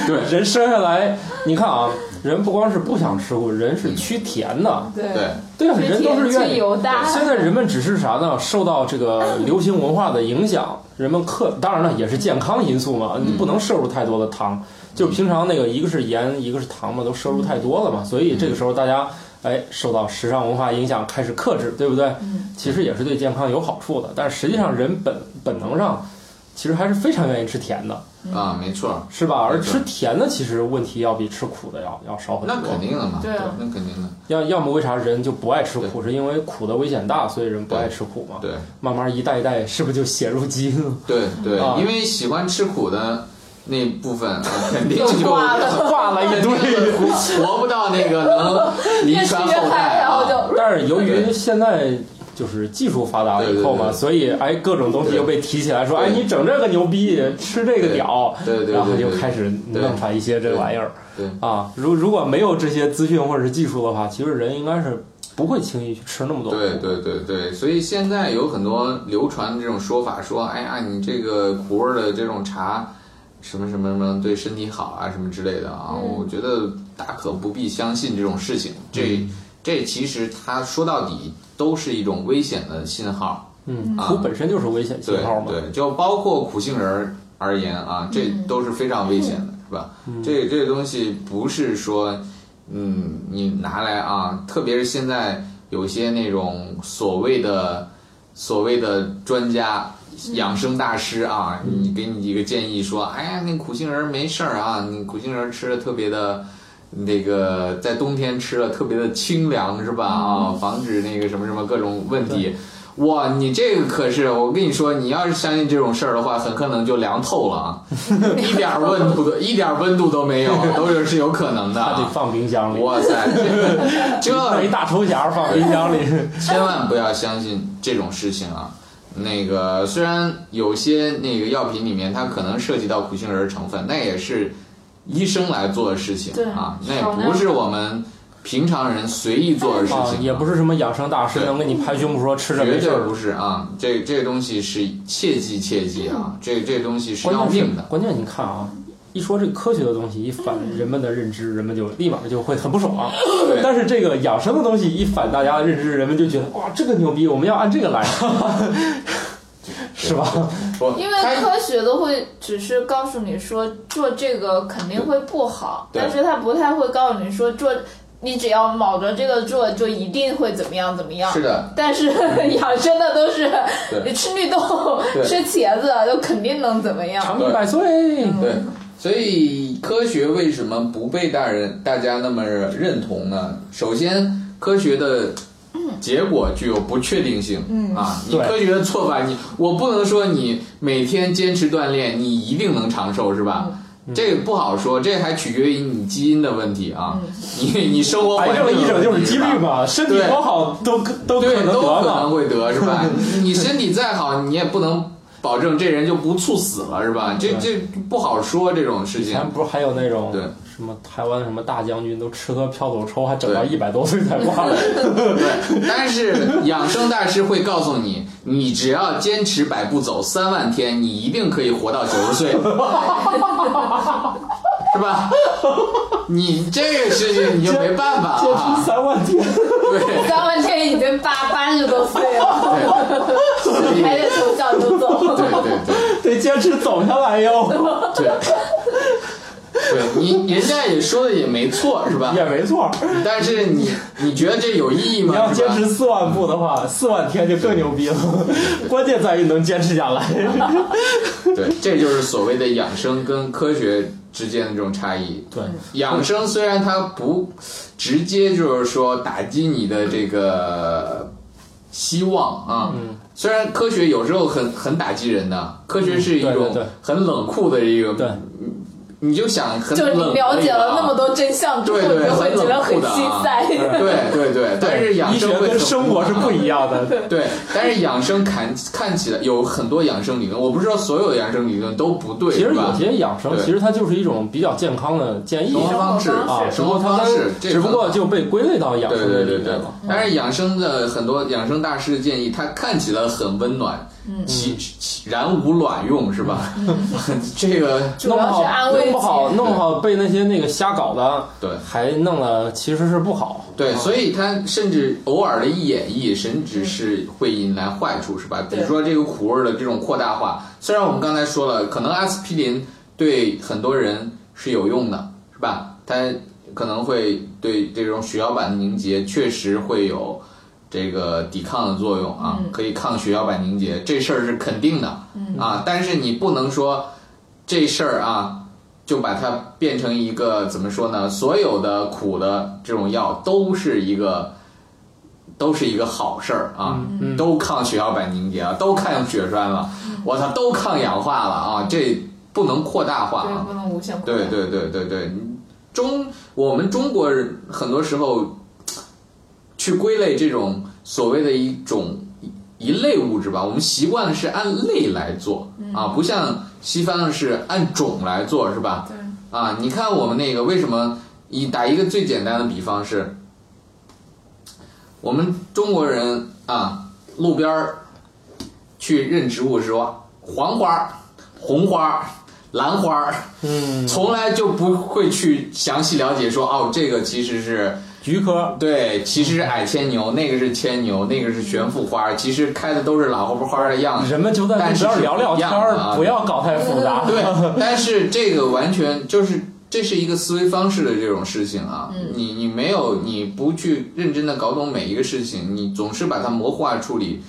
对人生下来，你看啊，人不光是不想吃苦，人嗯是趋甜的。对对，对啊，人都是愿去意。油大， 现 在人们只是啥呢？受到这个流行文化的影响，人们克当然了也是健康因素嘛，你不能摄入太多的糖。就平常那个一个是盐，一个是糖嘛，都摄入太多了嘛，所以这个时候大家哎受到时尚文化影响开始克制，对不对？其实也是对健康有好处的，但是实际上人本本能上其实还是非常愿意吃甜的，啊，没错，是吧？而没错吃甜的其实问题要比吃苦的要要少很多。那肯定的嘛，对啊那肯定的，要要么为啥人就不爱吃苦？是因为苦的危险大，所以人不爱吃苦嘛。对慢慢一代一代，是不是就写入基因了？ 对对啊，因为喜欢吃苦的那部分 啊，肯定就挂了挂了一堆。 活不到那个 能遗越吃传越后嗨，代然后啊。就但是由于现在就是技术发达了以后嘛，对对对对所以哎，各种东西又被提起来，说哎，对你整这个牛逼，吃这个屌，对对对对然后就对开始弄出来一些这玩意儿对啊。如如果没有这些资讯或者是技术的话，其实人应该是不会轻易去吃那么多苦。对对对对，所以现在有很多流传这种说法，说哎呀，你这个苦味儿的这种茶，什么什么什么对身体好啊，什么之类的啊，嗯我觉得大可不必相信这种事情。嗯这这其实它说到底都是一种危险的信号，嗯，啊苦本身就是危险信对号嘛。对，就包括苦杏仁儿而言啊，这都是非常危险嗯的，是吧？这这东西不是说，嗯，你拿来啊，特别是现在有些那种所谓的所谓的专家。养生大师啊，嗯你给你一个建议说，哎呀，那苦杏仁儿没事儿啊，你苦杏仁儿吃的特别的，那个在冬天吃了特别的清凉是吧？啊，防止那个什么什么各种问题。哇，你这个可是我跟你说，你要是相信这种事儿的话，很可能就凉透了啊，一点儿温度都一点儿温度都没有，都是是有可 能的它得啊。放冰箱里。哇塞，这弄这一大抽匣放冰箱里。千万不要相信这种事情啊！那个虽然有些那个药品里面它可能涉及到苦杏仁儿成分，那也是医生来做的事情对啊，那少也量不是我们平常人随意做的事 啊情，，也不是什么养生大师对能给你拍胸脯说吃着绝没事对儿不。是啊！这这东西是切记切记嗯啊，这这东西是要关键命是的，关键你看啊，一说这科学的东西，一反人们的认知，人们就立马就会很不爽。但是这个养生的东西一反大家的认知，人们就觉得哇，这个牛逼，我们要按这 个来，是吧？不，因它为科学的会只是告诉你说做这个肯定会不好，对但是它不太会告诉你说做，你只要卯着这个做就一定会怎么样怎么样。是的，但是 养生的都是对你吃绿豆、对吃茄子，就肯定能怎么样？长命百岁。对，所以科学为什么不被大人大家那么认同呢？首先，科学的结果具有不确定性。嗯啊，你对科学的做法，你我不能说你每天坚持锻炼，你一定能长寿，是吧？这个不好说，这还取决于你基因的问题啊，你你生活环癌境症的的一整就问是题几率吧嘛，身体对多好都可都可对，能都得可嘛能。会得是 吧？你身体再好，你也不能保证这人就不猝死了是吧？这这不好说这种事以情。前不是还有那种对什么台湾什么大将军都吃喝嫖赌抽，还整到对一百多岁才挂 了。但是养生大师会告诉你，你只要坚持百步走三万天，你一定可以活到九 十岁，是吧？你这个事情你就没办法坚持了，三万天，对张文天已经八八十多岁了，对还得从小就走。对对对。得坚持走下来哟， 对，对你人家也说的也没错是吧也？没错。但是你你觉得这有意义你要吗？是坚吧？持四万步的话，四万天就更牛逼了。关键在于能坚持下来。对，这就是所谓的养生跟科学之间的这种差异。对，养生虽然它不直接就是说打击你的这个希望啊，嗯虽然科学有时候很很打击人的，科学是嗯一对对种对很冷酷的一个，对你就想很就冷是你了解了那么多。多真相之后，对你对，就会觉得很冷酷的啊心塞。对对对，但是养医生学会跟生活是不一样的。对，但是养生看看起来有很多养生理论，我不是说所有的养生理论都不对，其实是有吧？些养生，对其实它就是一种比较健康的建议生活方式啊，生活只不过方它式，这只不过就被归类到养对生对里对面对了。。但是养生的很多养生大师的建议，它看起来很温暖，其其然无卵用，是吧？ 这个弄不好主要是安慰剂弄不好，弄不好被那些那个瞎搞的，对还弄了，其实是不好。对，所以它甚至偶尔的一演绎，甚至是会引来坏处，是吧？比对如说这个苦味儿的这种扩大化，虽然我们刚才说了，可能阿司匹林对很多人是有用的，是吧？它可能会对这种血小板凝结确实会有这个抵抗的作用啊，可以抗血小板凝结，这事儿是肯定的、啊。但是你不能说这事儿啊，就把它变成一个怎么说呢？所有的苦的这种药都是一个，都是一个好事儿啊，嗯都抗血小板凝结了，都抗血栓了，我操，都抗氧化了啊！这不能扩大化对，啊！不能无限扩对大。对对对对，中我们中国人很多时候去归类这种所谓的一种一类物质吧，我们习惯是按类来做、啊，不像西方是按种来做是吧？对啊，你看我们那个为什么？以打一个最简单的比方是，我们中国人啊，路边儿去认植物的时候，黄花儿、红花儿、兰花儿，嗯，从来就不会去详细了解说哦，这个其实是菊科对，其实是矮牵牛，那个是牵牛，那个是悬浮花，其实开的都是老婆花的样子。人们就在但路是边是聊聊不一天样的啊儿，不要搞太复杂。对，但是这个完全就是这是一个思维方式的这种事情啊，你你没有你不去认真的搞懂每一个事情，你总是把它模糊化处理，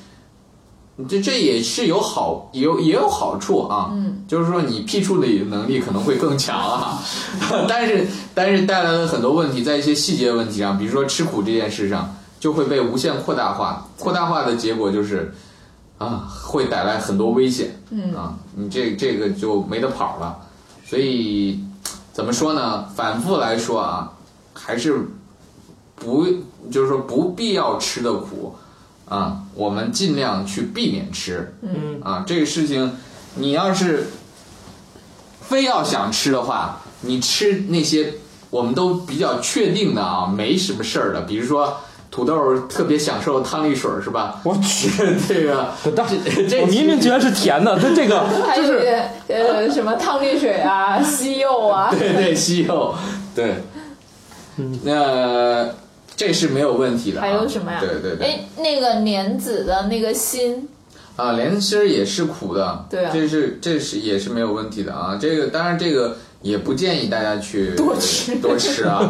这这也是有好也有也有好处啊，嗯，就是说你剔除的能力可能会更强啊， 但是但是带来了很多问题，在一些细节问题上，比如说吃苦这件事上，就会被无限扩大化，扩大化的结果就是。啊，会带来很多危险。嗯啊，你这这个就没得跑了。所以怎么说呢？反复来说啊，还是不就是说不必要吃的苦啊，我们尽量去避免吃。嗯啊，这个事情你要是非要想吃的话，你吃那些我们都比较确定的啊，没什么事儿的，比如说。土豆儿特别享受汤力水儿是吧？我去， 这个但这这我明明觉得是甜的，它这个还就有是呃什么汤力水啊、西柚啊， 对对西柚，对，那这是没有问题的啊。还有什么呀？对对对，哎，那个莲子的那个心，啊，莲心儿也是苦的，对啊这是这是也是没有问题的啊。这个当然这个也不建议大家去多吃多吃 啊。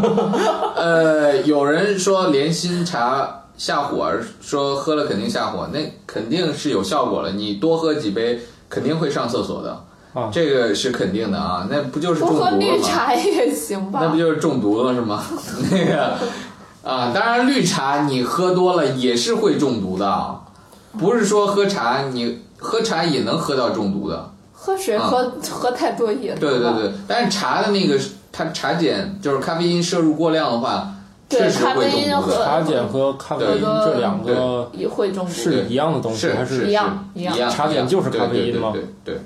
呃，有人说莲心茶下火，说喝了肯定下火，那肯定是有效果了。你多喝几杯，肯定会上厕所的。啊这个是肯定的啊，那不就是中多毒喝了吗？绿茶也行吧那不？就是中毒了是吗？ 那个啊，当然绿茶你喝多了也是会中毒的啊，不是说喝茶你喝茶也能喝到中毒的，喝水喝、喝太多也对对吧对，但是茶的那个它茶碱就是咖啡因摄入过量的话，对确实咖会啡因中毒的。茶碱和咖啡因对这两个也会中毒。是一样的东西，还是一样是一样样，茶碱就是咖啡因吗对对对对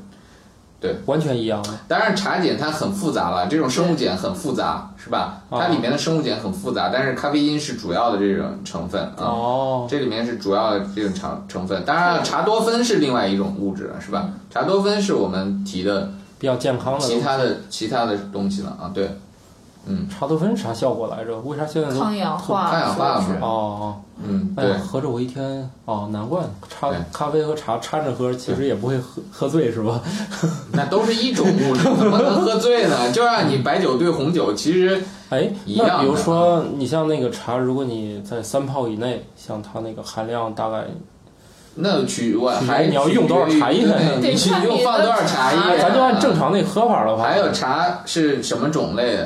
对完全一样的？当然，茶碱它很复杂了，这种生物碱很复杂，是吧？啊它里面的生物碱很复杂，但是咖啡因是主要的这种成分啊。哦，这里面是主要的这种成成分，当然了，茶多酚是另外一种物质，是吧？茶多酚是我们提的比较健康的东其西。他的其他的东西了啊，对，茶多酚啥效果来着？为啥现在都抗氧化，抗氧化嘛说是哦哦，嗯，哎对呀，，合着我一天哦，难怪茶对咖啡和茶掺着喝，其实也不会喝喝醉是吧？那都是一种物质， 怎么能喝醉呢？就让你白酒兑红酒，其实哎，一样的那比如说你像那个茶，如果你在三泡以内，像它那个含量大概，那取我取决于还你要取用多少决于茶叶对对你去看你用放的多少茶茶啊叶，啊咱就按正。常那喝法的话，还有茶是什么种类的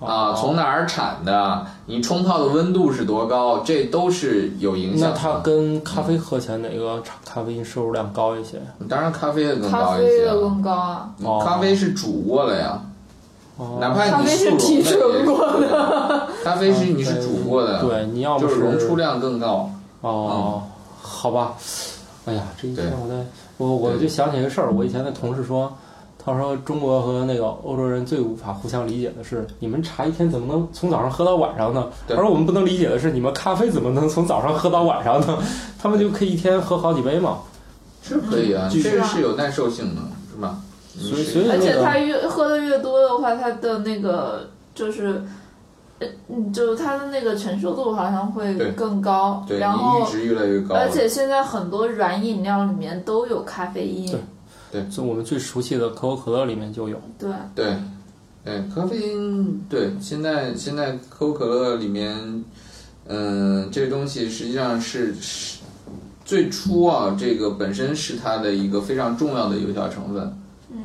啊？哦从哪儿产的？你冲泡的温度是多高？这都是有影响那的。它跟咖啡喝起来哪个茶咖啡因摄入量高一些？当然咖啡的更咖高一啡些的啊，更高啊，哦咖啡是煮过了呀，哦哪怕咖你啡是速溶提纯的，过的， 咖啡是你是煮过的，嗯啊对，你要不就是溶出量更高。哦，好吧，哎呀，这一天对我在我我就对想起一个事儿，我以前的同事说，他说中国和那个欧洲人最无法互相理解的是，你们茶一天怎么能从早上喝到晚上呢？他对说我们不能理解的是，你们咖啡怎么能从早上喝到晚上呢？ 他们就可以一天喝好几杯嘛。是可以啊，嗯这是个啊是有耐受性的，是吧？所以所以而那且它个越喝的越多的话，它的那个就是，呃，嗯，就它的那个承受度好像会对更高。对你然后阈，值越来越高了，而且现在很多软饮料里面都有咖啡因，对就我们最熟悉的可口可乐里面就有。对，对，对，咖啡因，对，现在现在可口可乐里面，嗯、这东西实际上是是最初啊，这个本身是它的一个非常重要的有效成分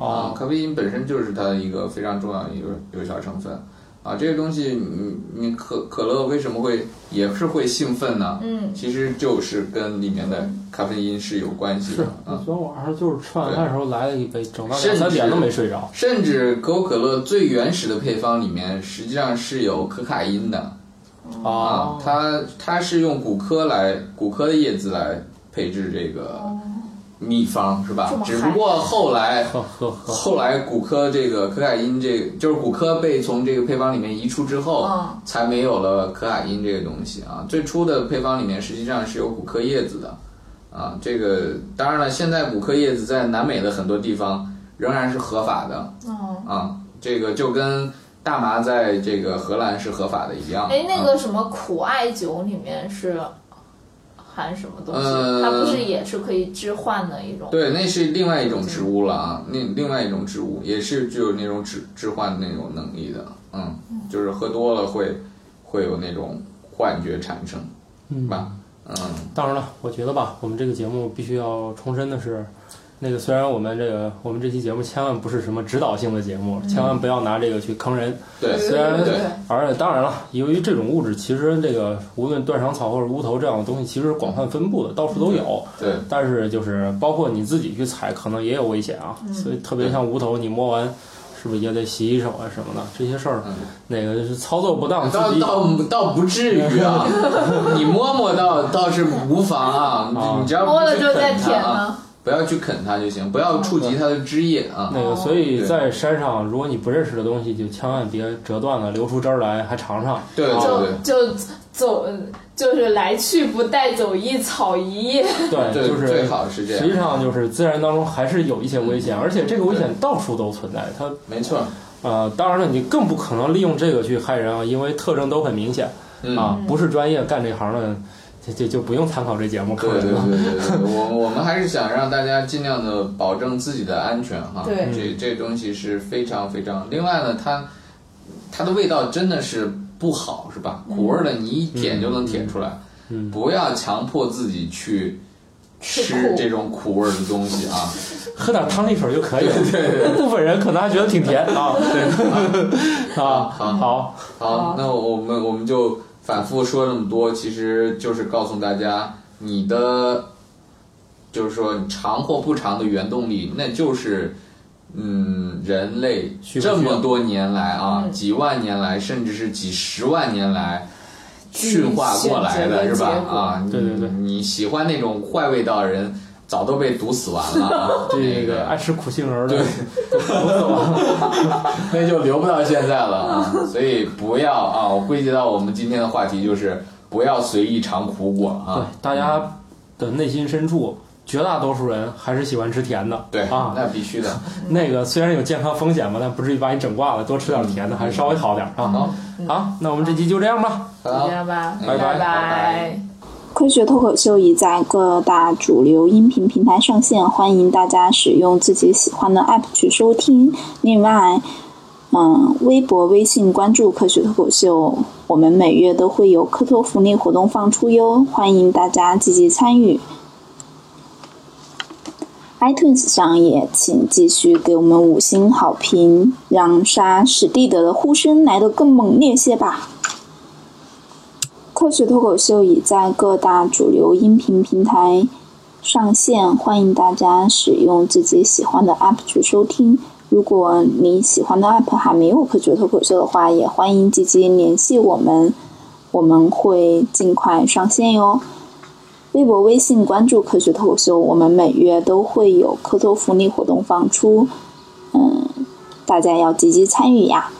啊，哦，咖啡因本身就是它的一个非常重要的一个有效成分啊，这个东西你你可可乐为什么会也是会兴奋呢？嗯，其实就是跟里面的咖啡因是有关系是，的啊我。昨天晚上就是吃晚饭的时候来了一杯，整到两甚三点至都没睡着。甚至可口可乐最原始的配方里面，实际上是有可卡因的啊哦，，它它是用骨科来骨科的叶子来配制这个秘方是吧哦这么？嗨只不过后 来喝哦喝喝。后来骨科这个可卡因这个就是骨科被从这个配方里面移出之后嗯，才没有了可卡因这个东西啊。最初的配方里面实际上是有骨科叶子的啊，这个当然了，现在骨科叶子在南美的很多地方仍然是合法的。嗯。啊，这个就跟大麻在这个荷兰是合法的一样。哎，那啊个什么苦艾酒里面是含什么东西？呃它不是也是可以置换的一种？对，那是另外一种植物了啊，那另外一种植物也是具有那种置置换的那种能力的，嗯，就是喝多了会会有那种幻觉产生，嗯吧？嗯，当然了，我觉得吧，我们这个节目必须要重申的是，那个虽然我们这个我们这期节目千万不是什么指导性的节目，千万不要拿这个去坑人。对，虽然对而且当然了，由于这种物质，其实这个无论断肠草或者乌头这样的东西，其实是广泛分布的，到处都有。对，但是就是包括你自己去采，可能也有危险啊。所以特别像无头，你摸完。是不是也得洗洗手啊什么的？这些事儿嗯，哪个是操作不当，自倒己倒倒不至于 啊，你摸摸倒倒是无妨啊，啊你你只要不摸了去之后啃再它舔啊，呢？不要去啃它就行，不要触及它的枝叶啊。那个，所以对在山上，如果你不认识的东西，就千万别折断了，留出汁儿来，还尝尝。对对啊哦哦对。就就走，就是来去不带走一草一叶。对，对，就是最好是这样。实际上就是自然当中还是有一些危险，而且这个危险到处都存在。它没错，呃，当然了，你更不可能利用这个去害人啊，因为特征都很明显嗯，啊。不是专业干这行的，就就就不用参考这节目对坑对人对了。对对，我我们还是想让大家尽量的保证自己的安全哈。对这这东西是非常非常。另外呢，它它的味道真的是不好，是吧？苦味儿的你一舔就能舔出来，嗯不要强迫自己去吃吃苦这种苦味儿的东西啊。喝点汤力水就可以了。 部分人可能还觉得挺甜啊。对 啊，好好，好，那我们我们就反复说这么多，其实就是告诉大家，你的就是说你长或不长的原动力，那就是嗯，人类需不需要这么多年来啊，嗯几万年来，甚至是几十万年来驯化过来选的择的是吧结？果啊，你对对对你喜欢那种坏味道的人，早都被毒死完了 啊。这那个个爱吃苦杏仁的，那就留不到现在了啊。所以不要啊，我归结到我们今天的话题就是不要随意尝苦果对啊。大家的内心深处，绝大多数人还是喜欢吃甜的。对啊，那必须的。那个虽然有健康风险吧，但不至于把你整挂了，多吃点甜的还是稍微 好点啊。好，好，那我们这期就这样吧。就好这，样吧，拜拜拜拜科学脱口秀已在各大主流音频平台上线，欢迎大家使用自己喜欢的 app 去收听。另外，嗯，微博、微信关注科学脱口秀，我们每月都会有科托福利活动放出哟，欢迎大家积极参与。iTunes 上也请继续给我们五星好评，让杀史蒂德的呼声来得更猛烈些吧。科学脱口秀已在各大主流音频平台上线，欢迎大家使用自己喜欢的 app 去收听。如果你喜欢的 app 还没有科学脱口秀的话，也欢迎积极联系我们，我们会尽快上线哟。微博、微信关注科学脱口秀，我们每月都会有科托福利活动放出，嗯，大家要积极参与呀。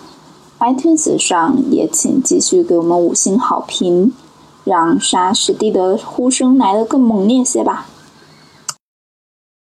iTunes 上也请继续给我们五星好评，让沙士蒂的呼声来得更猛烈些吧。